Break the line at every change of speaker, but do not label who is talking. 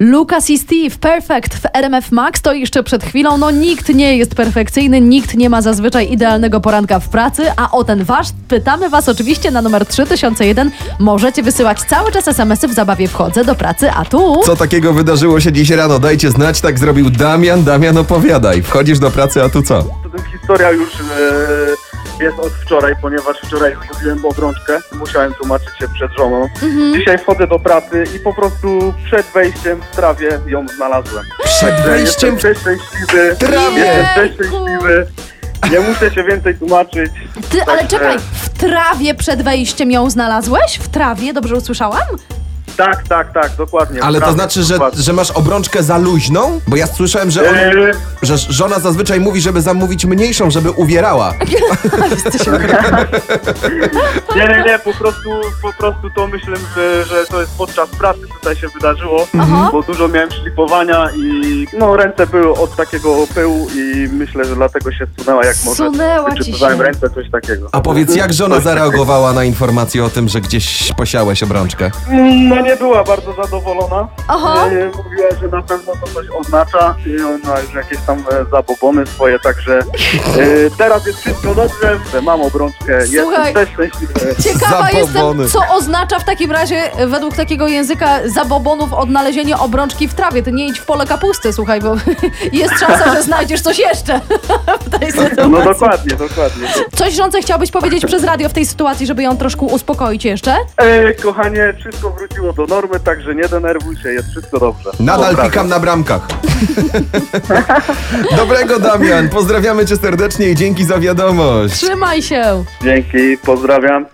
Lucas i Steve, Perfect w RMF Max, to jeszcze przed chwilą. No nikt nie jest perfekcyjny, nikt nie ma zazwyczaj idealnego poranka w pracy, a o ten wasz pytamy was oczywiście na numer 3001. Możecie wysyłać cały czas SMS-y y w zabawie wchodzę do pracy, a tu...
Co takiego wydarzyło się dziś rano? Dajcie znać, tak zrobił Damian. Damian, opowiadaj. Wchodzisz do pracy, a tu co?
Ta historia już e, jest od wczoraj, ponieważ wczoraj zrobiłem obrączkę. Musiałem tłumaczyć się przed żoną.
Mhm.
Dzisiaj wchodzę do pracy i po prostu przed wejściem w trawie ją znalazłem. E,
Przed wejściem
Jestem
w
przeszczęśliwy.
trawie.
Jestem przeszczęśliwy. Nie muszę się więcej tłumaczyć.
Ty, ale
Także-
czekaj, w trawie przed wejściem ją znalazłeś? W trawie, dobrze usłyszałam?
Tak, tak, tak, dokładnie.
Ale to
Trawie,
znaczy, że,
dokładnie.
że masz obrączkę za luźną? Bo ja słyszałem, że, on,
E,
że żona zazwyczaj mówi, żeby zamówić mniejszą, żeby uwierała.
Nie, nie, nie, po prostu, po prostu to myślę, że, że to jest podczas pracy tutaj się wydarzyło,
Aha.
bo dużo miałem szlifowania i no ręce były od takiego pyłu i myślę, że dlatego się sunęła jak może.
Sunęła ci się.
Wyczytywałem ręce, coś takiego.
A powiedz, jak żona
Coś takiego.
zareagowała na informację o tym, że gdzieś posiałeś obrączkę?
No nie była bardzo zadowolona.
Aha.
E, Mówiła, że na pewno to coś oznacza i ona już jakieś tam e, zabobony swoje, także e, teraz jest wszystko dobrze, mam obrączkę,
Słuchaj.
jestem też szczęśliwy.
Ciekawa
Zabobony.
jestem, co oznacza w takim razie e, według takiego języka zabobonów odnalezienie obrączki w trawie. Ty nie idź w pole kapusty, słuchaj, bo jest szansa, że znajdziesz coś jeszcze w tej sytuacji.
No dokładnie, dokładnie.
Coś żonce chciałbyś powiedzieć przez radio w tej sytuacji, żeby ją troszkę uspokoić jeszcze?
Ej, E, kochanie, wszystko wróciło do normy, także nie denerwuj się, jest wszystko dobrze.
Nadal
Dobra.
pikam na bramkach. Dobrego, Damian. Pozdrawiamy cię serdecznie i dzięki za wiadomość.
Trzymaj się!
Dzięki, pozdrawiam.